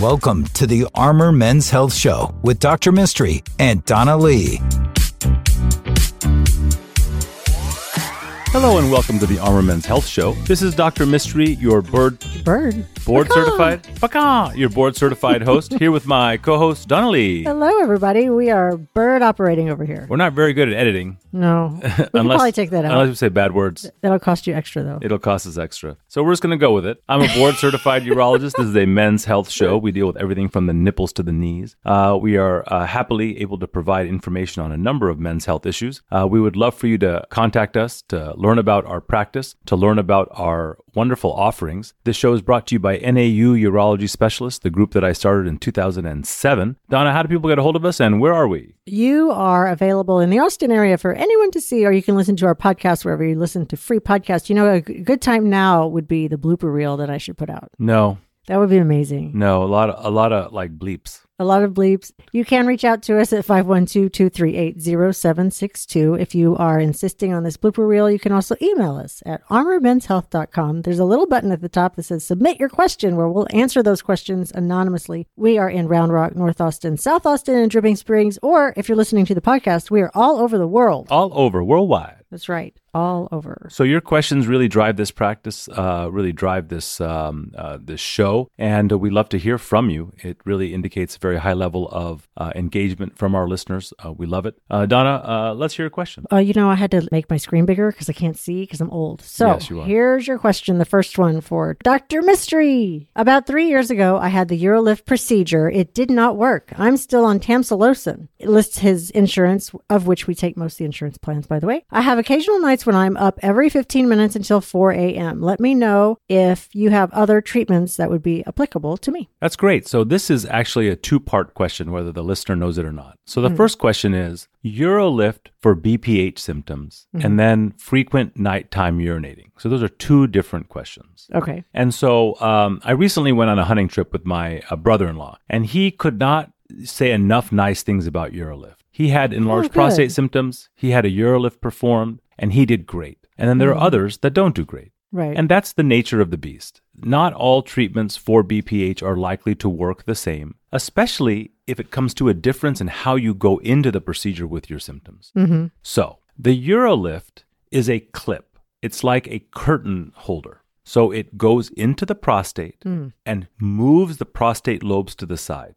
Welcome to the Armor Men's Health Show with Dr. Mystery and Donna Lee. Hello and welcome to the Armor Men's Health Show. This is Dr. Mystery, your bird Bird. board Pecan. certified Paka, your board certified host, here with my co-host Donnelly. Hello, everybody. We are bird operating over here. We're not very good at editing. No, we can unless, probably take that out. Unless we say bad words. That'll cost you extra, though. It'll cost us extra. So we're just going to go with it. I'm a board certified urologist. This is a men's health show. We deal with everything from the nipples to the knees. Uh, we are uh, happily able to provide information on a number of men's health issues. Uh, we would love for you to contact us to learn about our practice, to learn about our wonderful offerings. This show is brought to you by NAU Urology Specialists, the group that I started in 2007. Donna, how do people get a hold of us and where are we? You are available in the Austin area for anyone to see, or you can listen to our podcast wherever you listen to free podcasts. You know, a g- good time now would be the blooper reel that I should put out. No, That would be amazing. no, a lot of, a lot of like bleeps. A lot of bleeps. You can reach out to us at 512-238-0762. If you are insisting on this blooper reel, you can also email us at armormenshealth.com. There's a little button at the top that says submit your question where we'll answer those questions anonymously. We are in Round Rock, North Austin, South Austin, and Dripping Springs. Or if you're listening to the podcast, we are all over the world. All over, worldwide. That's right. All over. So your questions really drive this practice, uh, really drive this um, uh, this show, and uh, we love to hear from you. It really indicates a very high level of uh, engagement from our listeners. Uh, we love it, uh, Donna. Uh, let's hear a question. Oh, you know, I had to make my screen bigger because I can't see because I'm old. So Yes, you are. here's your question. The first one for Dr. Mystery. About three years ago, I had the Eurolift procedure. It did not work. I'm still on Tamsulosin. It lists his insurance, of which we take most of the insurance plans, by the way. I have occasional nights when I'm up every 15 minutes until 4 a.m. Let me know if you have other treatments that would be applicable to me. That's great. So this is actually a two part question, whether the listener knows it or not. So the first question is Eurolift for BPH symptoms, and then frequent nighttime urinating. So those are two different questions. Okay. And so um, I recently went on a hunting trip with my uh, brother in law, and he could not say enough nice things about Urolift. He had enlarged good. prostate symptoms, he had a Urolift performed, and he did great. And then there are others that don't do great. Right. And that's the nature of the beast. Not all treatments for BPH are likely to work the same, especially if it comes to a difference in how you go into the procedure with your symptoms. mm-hmm. So the Eurolift is a clip. It's like a curtain holder. So it goes into the prostate Mm. and moves the prostate lobes to the side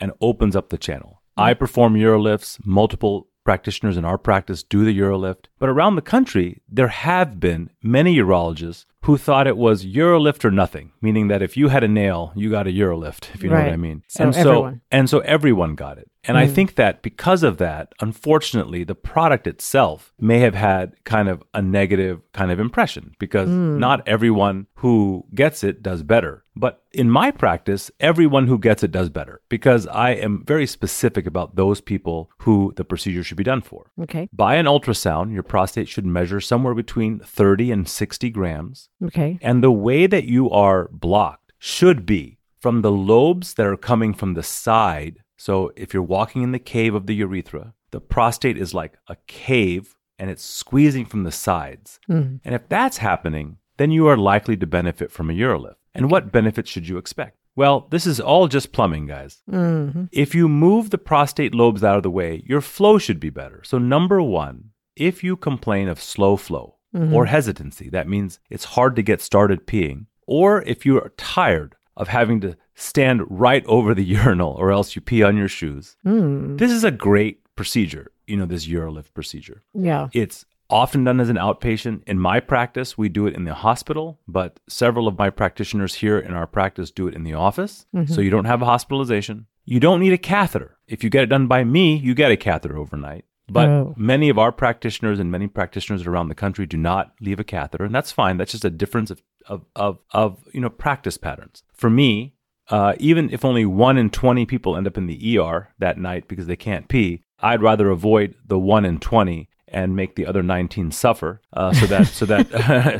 and opens up the channel. I perform Eurolifts. Multiple practitioners in our practice do the Eurolift. But around the country, there have been many urologists who thought it was Eurolift or nothing, meaning that if you had a nail, you got a Eurolift, if you know what Right. I mean. So and so everyone. and so everyone got it. And I think that because of that, unfortunately, the product itself may have had kind of a negative kind of impression because not everyone who gets it does better. But in my practice, everyone who gets it does better because I am very specific about those people who the procedure should be done for. Okay. By an ultrasound, your prostate should measure somewhere between 30 and 60 grams. Okay. And the way that you are blocked should be from the lobes that are coming from the side. So if you're walking in the cave of the urethra, the prostate is like a cave and it's squeezing from the sides. Mm. And if that's happening, then you are likely to benefit from a urolift. And what benefits should you expect? Well, this is all just plumbing, guys. Mm-hmm. If you move the prostate lobes out of the way, your flow should be better. So, number one, if you complain of slow flow or hesitancy, that means it's hard to get started peeing, or if you are tired of having to stand right over the urinal or else you pee on your shoes, Mm. this is a great procedure, you know, this Urolift procedure. Yeah. It's often done as an outpatient. In my practice, we do it in the hospital, but several of my practitioners here in our practice do it in the office. So Mm-hmm. you don't have a hospitalization. You don't need a catheter. If you get it done by me, you get a catheter overnight. But Oh. many of our practitioners and many practitioners around the country do not leave a catheter, and that's fine. That's just a difference of of of, of you know practice patterns. For me, uh, even if only one in E twenty people end up in the ER that night because they can't pee, I'd rather avoid the one in twenty and make the other 19 suffer. Uh, so that so that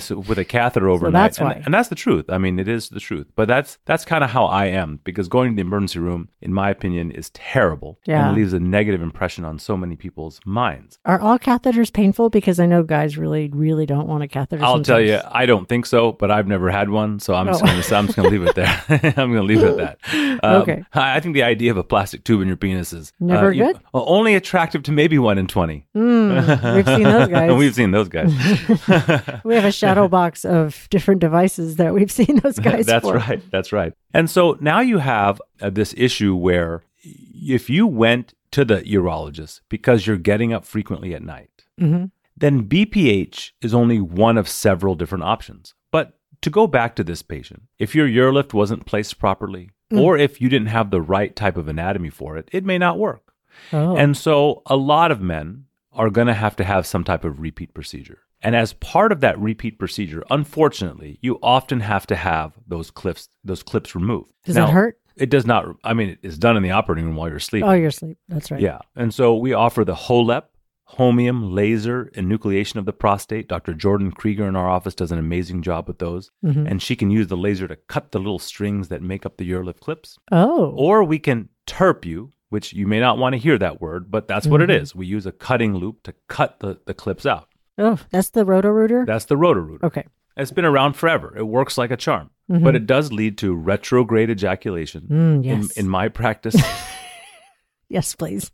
so with a catheter overnight. that's And- why. and that's the truth. I mean, it is the truth. But that's that's kind of how I am because going to the emergency room, in my opinion, is terrible Yeah. and it leaves a negative impression on so many people's minds. Are all catheters painful? Because I know guys really, really don't want a catheter. I'll tell you, sometimes. I don't think so, but I've never had one, so I'm just Oh. going to I'm just going to leave it there. I'm going to leave it at that. Um, Okay. I I think the idea of a plastic tube in your penis is uh, Never you- good? well, only attractive to maybe one in twenty. Mm, we've seen those guys. We've seen those guys. We have a shadow box of different devices that we've seen those guys. That's for. right. That's right. And so now you have uh, this issue where y- if you went to the urologist because you're getting up frequently at night, Mhm. then BPH is only one of several different options. But to go back to this patient, if your urolift wasn't placed properly, or if you didn't have the right type of anatomy for it, it may not work. Oh. And so a lot of men are going to have to have some type of repeat procedure. And as part of that repeat procedure, unfortunately, you often have to have those clips those clips removed. Does that hurt? It does not. I mean, it's done in the operating room while you're sleeping. oh, you're asleep. That's right. Yeah. And so we offer the HOLEP, homium, laser, and nucleation of the prostate. Dr. Jordan Krieger in our office does an amazing job with those. Mm-hmm. And she can use the laser to cut the little strings that make up the urolith clips. Oh. Or we can terp you, which you may not want to hear that word, but that's what it Mm-hmm. is. We use a cutting loop to cut the, the clips out. Oh, that's the roto rooter. That's the rotor rooter. Okay. Mm-hmm. It's been around forever. It works like a charm, but it does lead to retrograde ejaculation. Mm, yes. in, in my practice, Yes, please.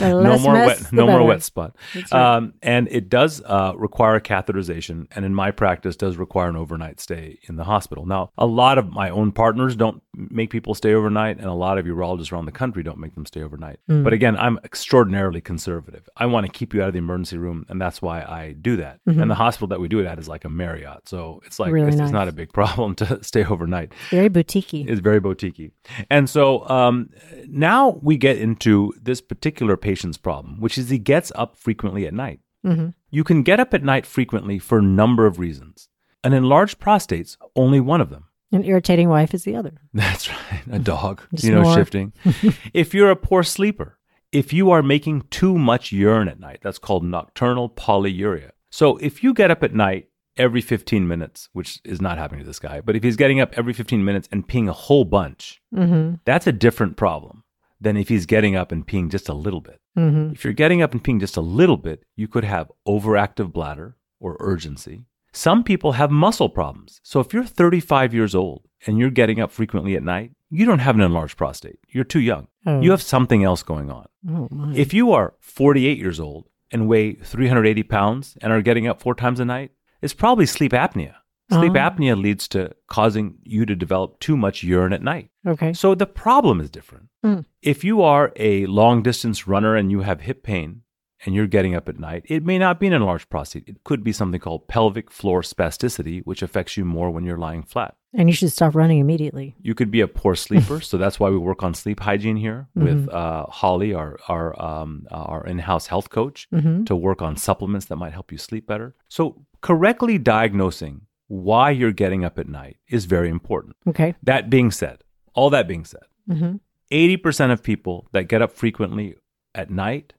no more wet, no more wet spot. Um, and it does uh, require catheterization, and in my practice, does require an overnight stay in the hospital. Now, a lot of my own partners don't make people stay overnight, and a lot of urologists around the country don't make them stay overnight. Hmm. But again, I'm extraordinarily conservative. I want to keep you out of the emergency room, and that's why I do that. And the hospital that we do it at is like a Marriott, so it's like Mm-hmm. Really it's, nice. it's not a big problem to stay overnight. Very boutiquey. It's very boutique. And so um, now we get into this particular patient's problem, which is he gets up frequently at night. Mm-hmm. You can get up at night frequently for a number of reasons. An enlarged prostate's only one of them. An irritating wife is the other. That's right. A dog, Just you know, snore. shifting. if you're a poor sleeper, if you are making too much urine at night, that's called nocturnal polyuria. So if you get up at night every 15 minutes, which is not happening to this guy, but if he's getting up every 15 minutes and peeing a whole bunch, Mm-hmm. that's a different problem than if he's getting up and peeing just a little bit. Mm-hmm. If you're getting up and peeing just a little bit, you could have overactive bladder or urgency. Some people have muscle problems. So if you're 35 years old and you're getting up frequently at night, you don't have an enlarged prostate. You're too young. Oh. You have something else going on. Oh my. If you are 48 years old and weigh 380 pounds and are getting up four times a night, it's probably sleep apnea. Sleep Ah. apnea leads to causing you to develop too much urine at night. okay. So the problem is different. Mm. If you are a long distance runner and you have hip pain and you're getting up at night, it may not be an enlarged prostate. It could be something called pelvic floor spasticity, which affects you more when you're lying flat. And you should stop running immediately. You could be a poor sleeper, so that's why we work on sleep hygiene here with uh, Holly, our our um, our in-house health coach, Mm-hmm. to work on supplements that might help you sleep better. So correctly diagnosing why you're getting up at night is very important. Okay. That being said, all that being said, Mm-hmm. 80% of people that get up frequently at night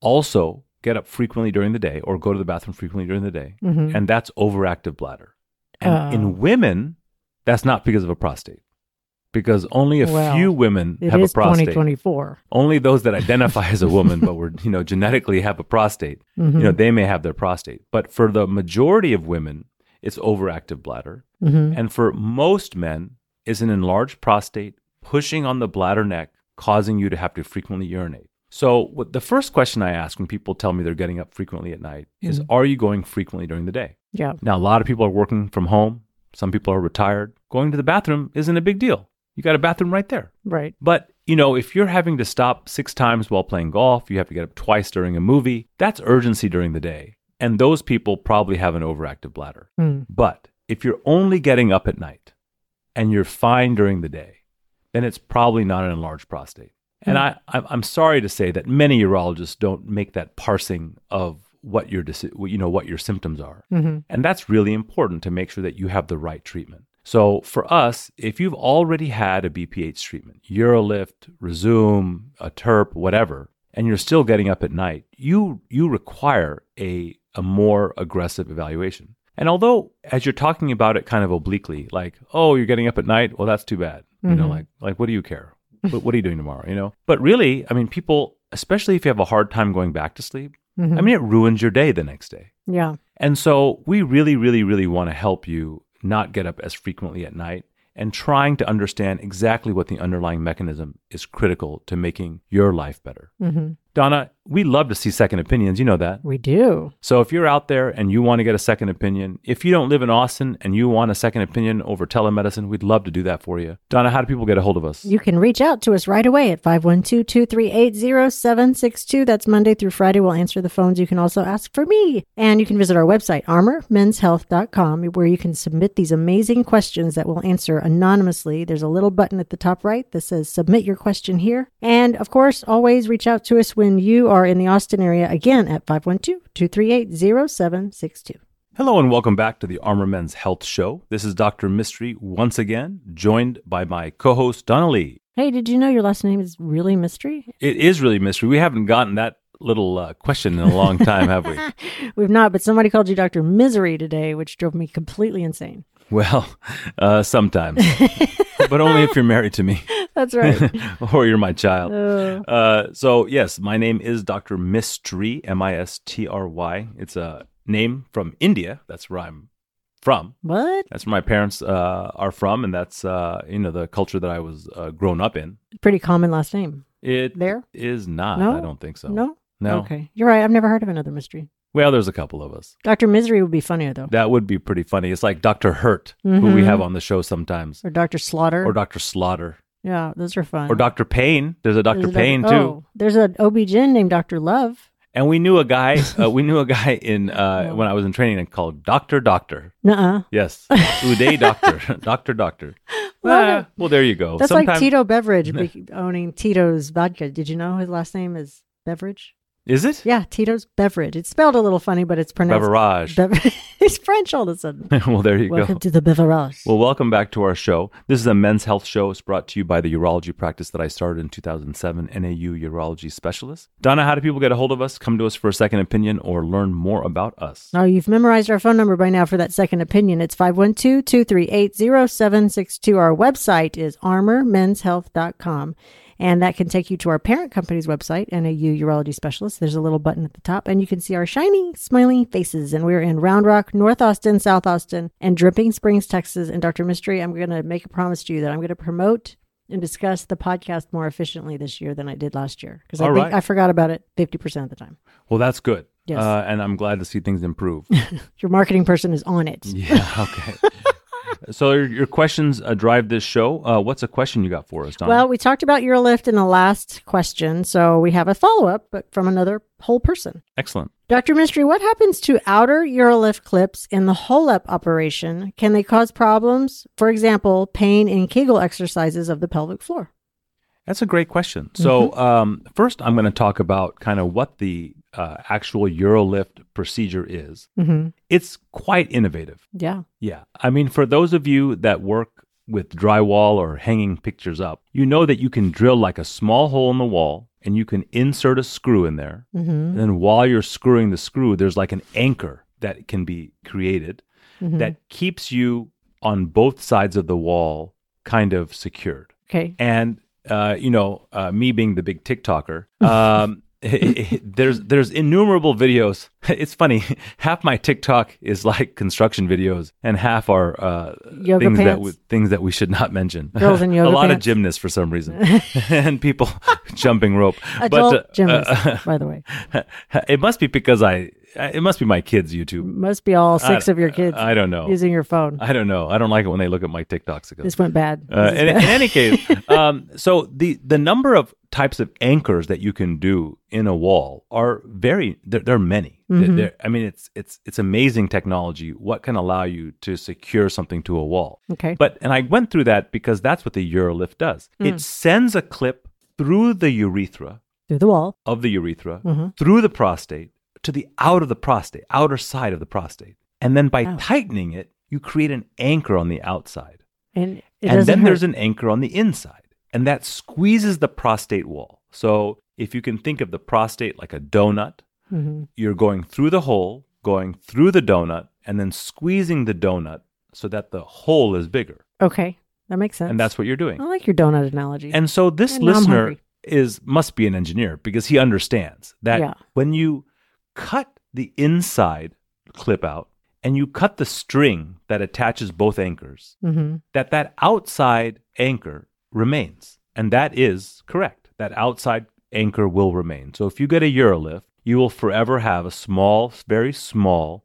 also get up frequently during the day or go to the bathroom frequently during the day. Mhm. And that's overactive bladder. And Oh. in women, that's not because of a prostate, because only a Well, few women It have is a prostate. 2024. Only those that identify as a woman but were, you know, genetically have a prostate, you know, they may have their prostate. But for the majority of women, it's overactive bladder. Mm-hmm. And for most men, is an enlarged prostate pushing on the bladder neck, causing you to have to frequently urinate. So, what the first question I ask when people tell me they're getting up frequently at night is Are you going frequently during the day? Yeah. Now, a lot of people are working from home, some people are retired. Going to the bathroom isn't a big deal. You got a bathroom right there. Right. But, you know, if you're having to stop six times while playing golf, you have to get up twice during a movie, that's urgency during the day. And those people probably have an overactive bladder. Mm. But if you're only getting up at night and you're fine during the day, then it's probably not an enlarged prostate. And I, I'm I'm sorry to say that many urologists don't make that parsing of what your dis- you know what your symptoms are, and that's really important to make sure that you have the right treatment. So for us, if you've already had a BPH treatment, Urolift, Resume, a TERP, whatever, and you're still getting up at night, you you require a a more aggressive evaluation. And although as you're talking about it kind of obliquely, like, oh, you're getting up at night, well that's too bad. You know, Mhm. like like what do you care? what, what are you doing tomorrow, you know? But really, I mean people, especially if you have a hard time going back to sleep, Mhm. I mean it ruins your day the next day. yeah. And so we really, really, really want to help you not get up as frequently at night. And trying to understand exactly what the underlying mechanism is critical to making your life better. Mhm. Donna, we love to see second opinions. You know that. We do. So if you're out there and you want to get a second opinion, if you don't live in Austin and you want a second opinion over telemedicine, we'd love to do that for you. Donna, how do people get a hold of us? You can reach out to us right away at 512 238 0762. That's Monday through Friday. We'll answer the phones. You can also ask for me. And you can visit our website, armormenshealth.com, where you can submit these amazing questions that we'll answer anonymously. There's a little button at the top right that says submit your question here. And of course, always reach out to us when you are in the Austin area again at 512 238 0762. Hello and welcome back to the Armor Men's Health Show. This is Dr. Mystery once again, joined by my co-host Donna Lee. Hey, did you know your last name is really mystery? It is really mystery. We haven't gotten that little uh, question in a long time, have we? We've not, but somebody called you Dr. Misery today, which drove me completely insane. Well, uh, sometimes, but only if you're married to me That's right. or you're my child. Oh. Uh, so yes, my name is Dr. Mistry, M-I-S-T-R-Y. It's a name from India. That's where I'm from. what? That's where my parents uh, are from, and that's uh, you know the culture that I was uh, grown up in. Pretty common last name. It There? is not. No? I don't think so. No? No. Okay. You're right. I've never heard of another mystery. Well, there's a couple of us. Dr. Misery would be funnier, though. That would be pretty funny. It's like Dr. Hurt, who we Mhm. have on the show sometimes, Or Dr. Slaughter. or Dr. Slaughter, yeah, those are fun. or Dr. Payne. There's a Dr. There's a Payne too. Oh, there's an OB-GYN named Dr. Love. And we knew a guy. Uh, we knew a guy in uh, when I was in training called Doctor Doctor. Nuh-uh. Yes, Uday Doctor, Doctor Doctor. Love Ah, well, there you go. That's like Sometime- Tito Beverage be- owning Tito's Vodka. Did you know his last name is Beverage? Is it? Yeah, Tito's Beverage. It's spelled a little funny, but it's pronounced Beverage. Bev- He's French all of a sudden. well, there you Welcome go. to the Beverage. Well, welcome back to our show. This is a men's health show. It's brought to you by the urology practice that I started in 2007, NAU Urology Specialist. Donna, how do people get a hold of us? Come to us for a second opinion or learn more about us? Oh, you've memorized our phone number by now for that second opinion. It's 512 238 0762. Our website is armormenshealth.com. And that can take you to our parent company's website, NAU Urology Specialist. There's a little button at the top, and you can see our shiny, smiling faces. And we're in Round Rock, North Austin, South Austin, and Dripping Springs, Texas. And Dr. Mystery, I'm going to make a promise to you that I'm going to promote and discuss the podcast more efficiently this year than I did last year because I All think right. I forgot about it 50% of the time. Well, that's good. Yes. Uh, and I'm glad to see things improve. Your marketing person is on it. Yeah. Okay. so your, your questions uh, drive this show. Uh, what's a question you got for us, Donna? Well, we talked about Eurolift in the last question, so we have a follow up, but from another whole person. excellent. Dr. Mystery, what happens to outer Eurolift clips in the hole up operation? Can they cause problems? For example, pain in Kegel exercises of the pelvic floor. That's a great question. Mm-hmm. So um, first, I'm going to talk about kind of what the uh, actual Eurolift procedure is. Mm-hmm. It's quite innovative. Yeah. Yeah. I mean, for those of you that work with drywall or hanging pictures up, you know that you can drill like a small hole in the wall and you can insert a screw in there. Mm-hmm. And then while you're screwing the screw, there's like an anchor that can be created that keeps you on both sides of the wall kind of secured. Okay. And uh, you know, uh, me being the big TikToker, um, there's there's innumerable videos. It's funny, half my TikTok is like construction videos, and half are uh, Yoga things that pants. we, things that we should not mention. Girls in yoga a lot pants. of gymnasts for some reason, and people jumping rope. Adult but uh, gymnasts, uh, by the way. it must be because I. It must be my kids' YouTube. Must be all six I- of your kids I don't know. using your phone. I don't know. I don't like it when they look at my TikToks. this went bad. Uh, This is in, in bad. any case, um, so the the number of types of anchors that you can do in a wall are very there, there are many. There- Mm-hmm. there- I mean, it's it's it's amazing technology. What can allow you to secure something to a wall? okay. Mm. But and I went through that because that's what the Eurolift does. It sends a clip through the urethra Through the wall. of the urethra Mhm. through the prostate to the out of the prostate, outer side of the prostate, and then by Ouch. tightening it, you create an anchor on the outside And it and doesn't then hurt. there's an anchor on the inside, and that squeezes the prostate wall. So If you can think of the prostate like a donut, Mm-hmm. you're going through the hole, going through the donut, and then squeezing the donut so that the hole is bigger. Okay. That makes sense. And that's what you're doing. I like your donut analogy. And so this Oh, And now I'm listener hungry. is must be an engineer because he understands that Yeah. when you cut the inside clip out and you cut the string that attaches both anchors, hmm that that outside anchor remains. And that is correct. That outside anchor will remain. So if you get a Eurolift, you will forever have a small, very small,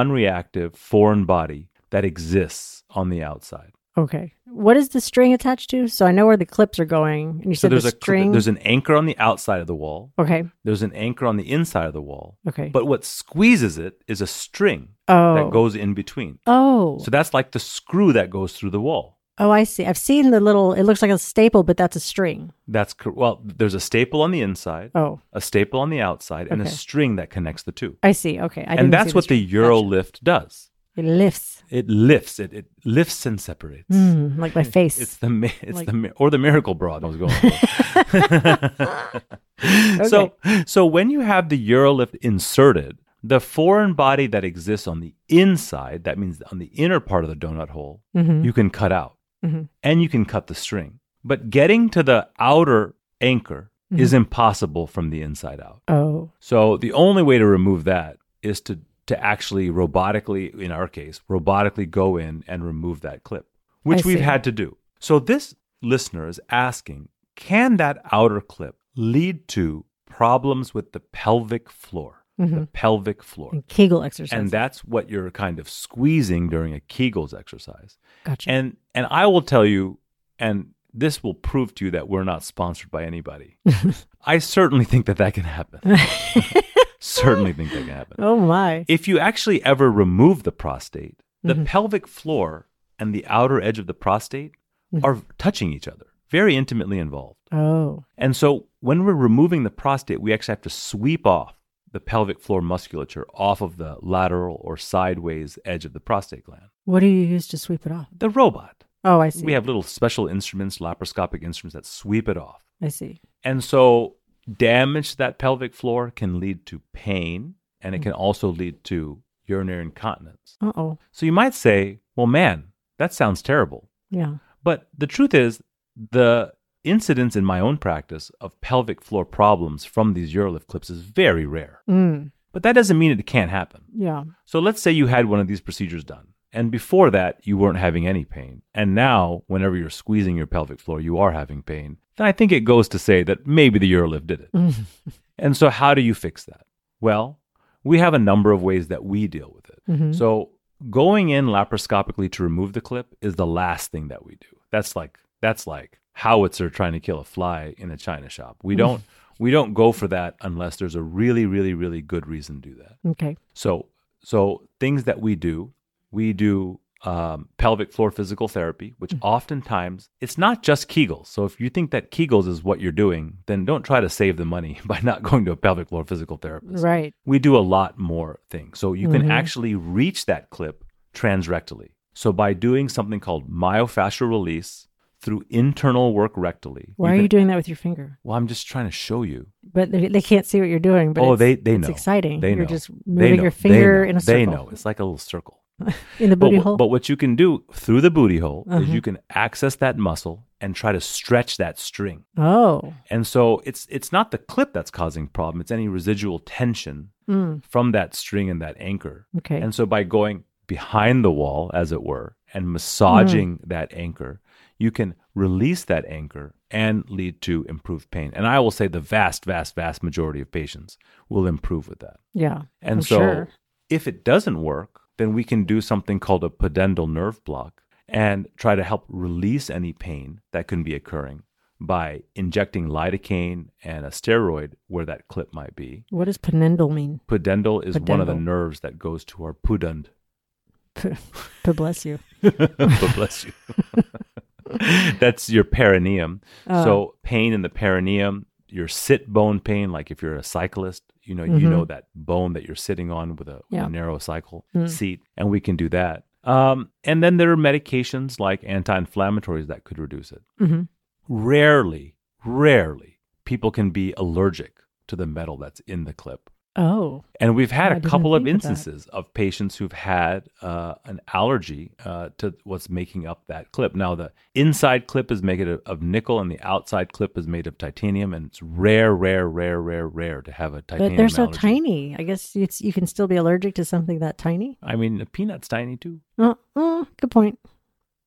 non-reactive foreign body that exists on the outside. Okay. What is the string attached to? So I know where the clips are going. And you So said there's the a cl- string. there's an anchor on the outside of the wall. okay. There's an anchor on the inside of the wall. Okay. But what squeezes it is a string oh. that goes in between. oh. So that's like the screw that goes through the wall. oh, I see. I've seen the little, it looks like a staple, but that's a string. That's cor- well, there's a staple on the inside, Oh, a staple on the outside, and a Okay. string that connects the two. I see. Okay. I didn't and that's see what the string. Euro lift does. Gotcha. It lifts. It lifts. It it lifts and separates. Mm, like my face. It's the mi- it's Like- the mi- or the miracle bra. that was going. for. So so when you have the Eurolift inserted, the foreign body that exists on the inside, that means on the inner part of the donut hole, Mhm. you can cut out Mhm. and you can cut the string. But getting to the outer anchor Mm-hmm. is impossible from the inside out. Oh. So the only way to remove that is to to actually robotically, in our case, robotically go in and remove that clip, which I we've see. had to do. So this listener is asking, can that outer clip lead to problems with the pelvic floor? Mm-hmm. The pelvic floor. And Kegel exercise. And that's what you're kind of squeezing during a Kegel's exercise. gotcha. And and I will tell you, and this will prove to you that we're not sponsored by anybody. I certainly think that that can happen. certainly think that can happen. oh, my. If you actually ever remove the prostate, the pelvic floor and the outer edge of the prostate are touching each other, very intimately involved. Oh. And so when we're removing the prostate, we actually have to sweep off the pelvic floor musculature off of the lateral or sideways edge of the prostate gland. What do you use to sweep it off? The robot. Oh, I see. We have little special instruments, laparoscopic instruments that sweep it off. I see. And so damage to that pelvic floor can lead to pain and Mm. it can also lead to urinary incontinence. Uh oh. So you might say, well, man, that sounds terrible. Yeah. But the truth is, the incidence in my own practice of pelvic floor problems from these Eurolift clips is very rare. Mm. But that doesn't mean it can't happen. Yeah. So let's say you had one of these procedures done. And before that, you weren't having any pain. And now, whenever you're squeezing your pelvic floor, you are having pain. Then I think it goes to say that maybe the Eurolift did it. and so, how do you fix that? Well, we have a number of ways that we deal with it. So, going in laparoscopically to remove the clip is the last thing that we do. That's like, that's like howitzer trying to kill a fly in a china shop. We don't, we don't go for that unless there's a really, really, really good reason to do that. Okay. So, so things that we do, we do um, pelvic floor physical therapy, which Mm. oftentimes it's not just Kegels. So if you think that Kegels is what you're doing, then don't try to save the money by not going to a pelvic floor physical therapist. Right. Mm-hmm. We do a lot more things. So you can actually reach that clip transrectally. So by doing something called myofascial release through internal work rectally. Why are can- you doing that with your finger? Well, I'm just trying to show you. But they, they can't see what you're doing. But oh, it's, they they know. it's exciting. They you're know. just They moving know. your They finger know. in a circle. They know. It's like a little circle. In the But, booty wh- hole. Uh-huh. but what you can do through the booty hole is you can access that muscle and try to stretch that string. oh. And so it's it's not the clip that's causing problem, it's any residual tension Mm. from that string and that anchor. Okay. And so by going behind the wall as it were and massaging that anchor, you can release that anchor and lead to improved pain. And I will say the vast vast vast majority of patients will improve with that. yeah. And I'm so, Oh, sure. if it doesn't work, then we can do something called a pudendal nerve block and try to help release any pain that can be occurring by injecting lidocaine and a steroid where that clip might be. What does penendal mean? Pudendal is one of the Pudendal. nerves that goes to our pudend. P- to bless you. God bless you. That's your perineum. Uh. so pain in the perineum, your sit bone pain, like if you're a cyclist, you know, you know that bone that you're sitting on with a, with a Yeah. narrow cycle seat, and we can do that. Um, and then there are Mm-hmm. medications like anti-inflammatories that could reduce it. Mhm. Rarely, rarely people can be allergic to the metal that's in the clip. Oh. And we've had I a didn't couple of think of that. instances of patients who've had uh, an allergy uh, to what's making up that clip. Now, the inside clip is made of, of nickel, and the outside clip is made of titanium. And it's rare, rare, rare, rare, rare to have a titanium. But they're so allergy. tiny. I guess it's, you can still be allergic to something that tiny. I mean, a peanut's tiny too. Uh, uh, good point.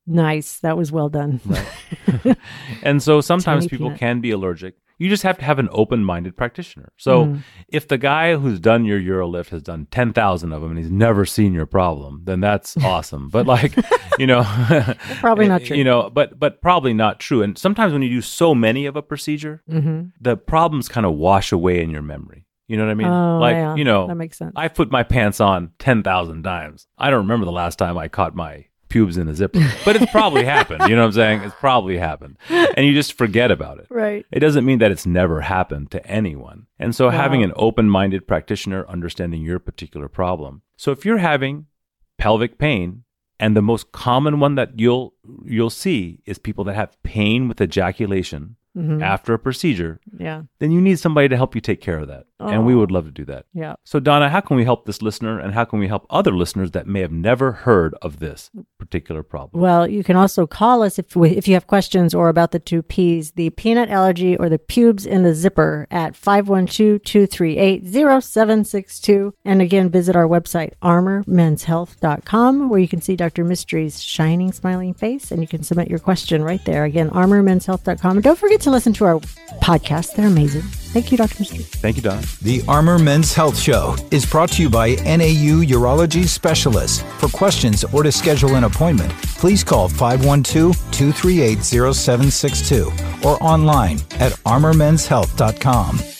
Nice. That was well done. And so sometimes Tiny people peanut. can be allergic. You just have to have an open minded practitioner. So Mm. if the guy who's done your Eurolift has done 10,000 of them and he's never seen your problem, then that's awesome. But like, you know, Probably not y- true. You know, but but probably not true. And sometimes when you do so many of a procedure, Mm-hmm. the problems kind of wash away in your memory. You know what I mean? Oh, like, yeah. you know, That makes sense. I put my pants on 10,000 times. I don't remember the last time I caught my pubes in a zipper, but it's probably happened. You know what I'm saying? It's probably happened. And you just forget about it. Right. It doesn't mean that it's never happened to anyone. And so having an open minded practitioner understanding your particular problem. So if you're having pelvic pain, and the most common one that you'll you'll see is people that have pain with ejaculation after a procedure, Yeah. then you need somebody to help you take care of that. And we would love to do that. Yeah. So, Donna, how can we help this listener and how can we help other listeners that may have never heard of this particular problem? Well, you can also call us if we, if you have questions or about the two P's, the peanut allergy or the pubes in the zipper at 512-238-0762. And again, visit our website, armormenshealth.com, where you can see Dr. Mystery's shining, smiling face, and you can submit your question right there. Again, armormenshealth.com. And don't forget to listen to our podcast. They're amazing. Thank you, Dr. Mystery. Thank you, Donna. The Armor Men's Health Show is brought to you by NAU Urology Specialists. For questions or to schedule an appointment, please call 512 238 0762 or online at armormenshealth.com.